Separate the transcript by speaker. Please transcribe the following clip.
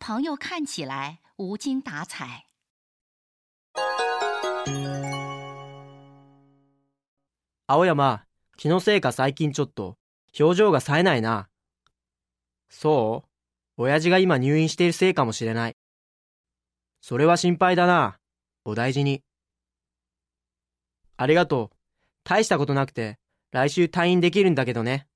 Speaker 1: 朋友看起来无精打采。
Speaker 2: 青山、気のせいか最近ちょっと、表情が冴えないな。そう親父が今入院しているせいかもしれない。それは心配だな。お大事に。ありがとう。大したことなくて、来週退院できるんだけどね。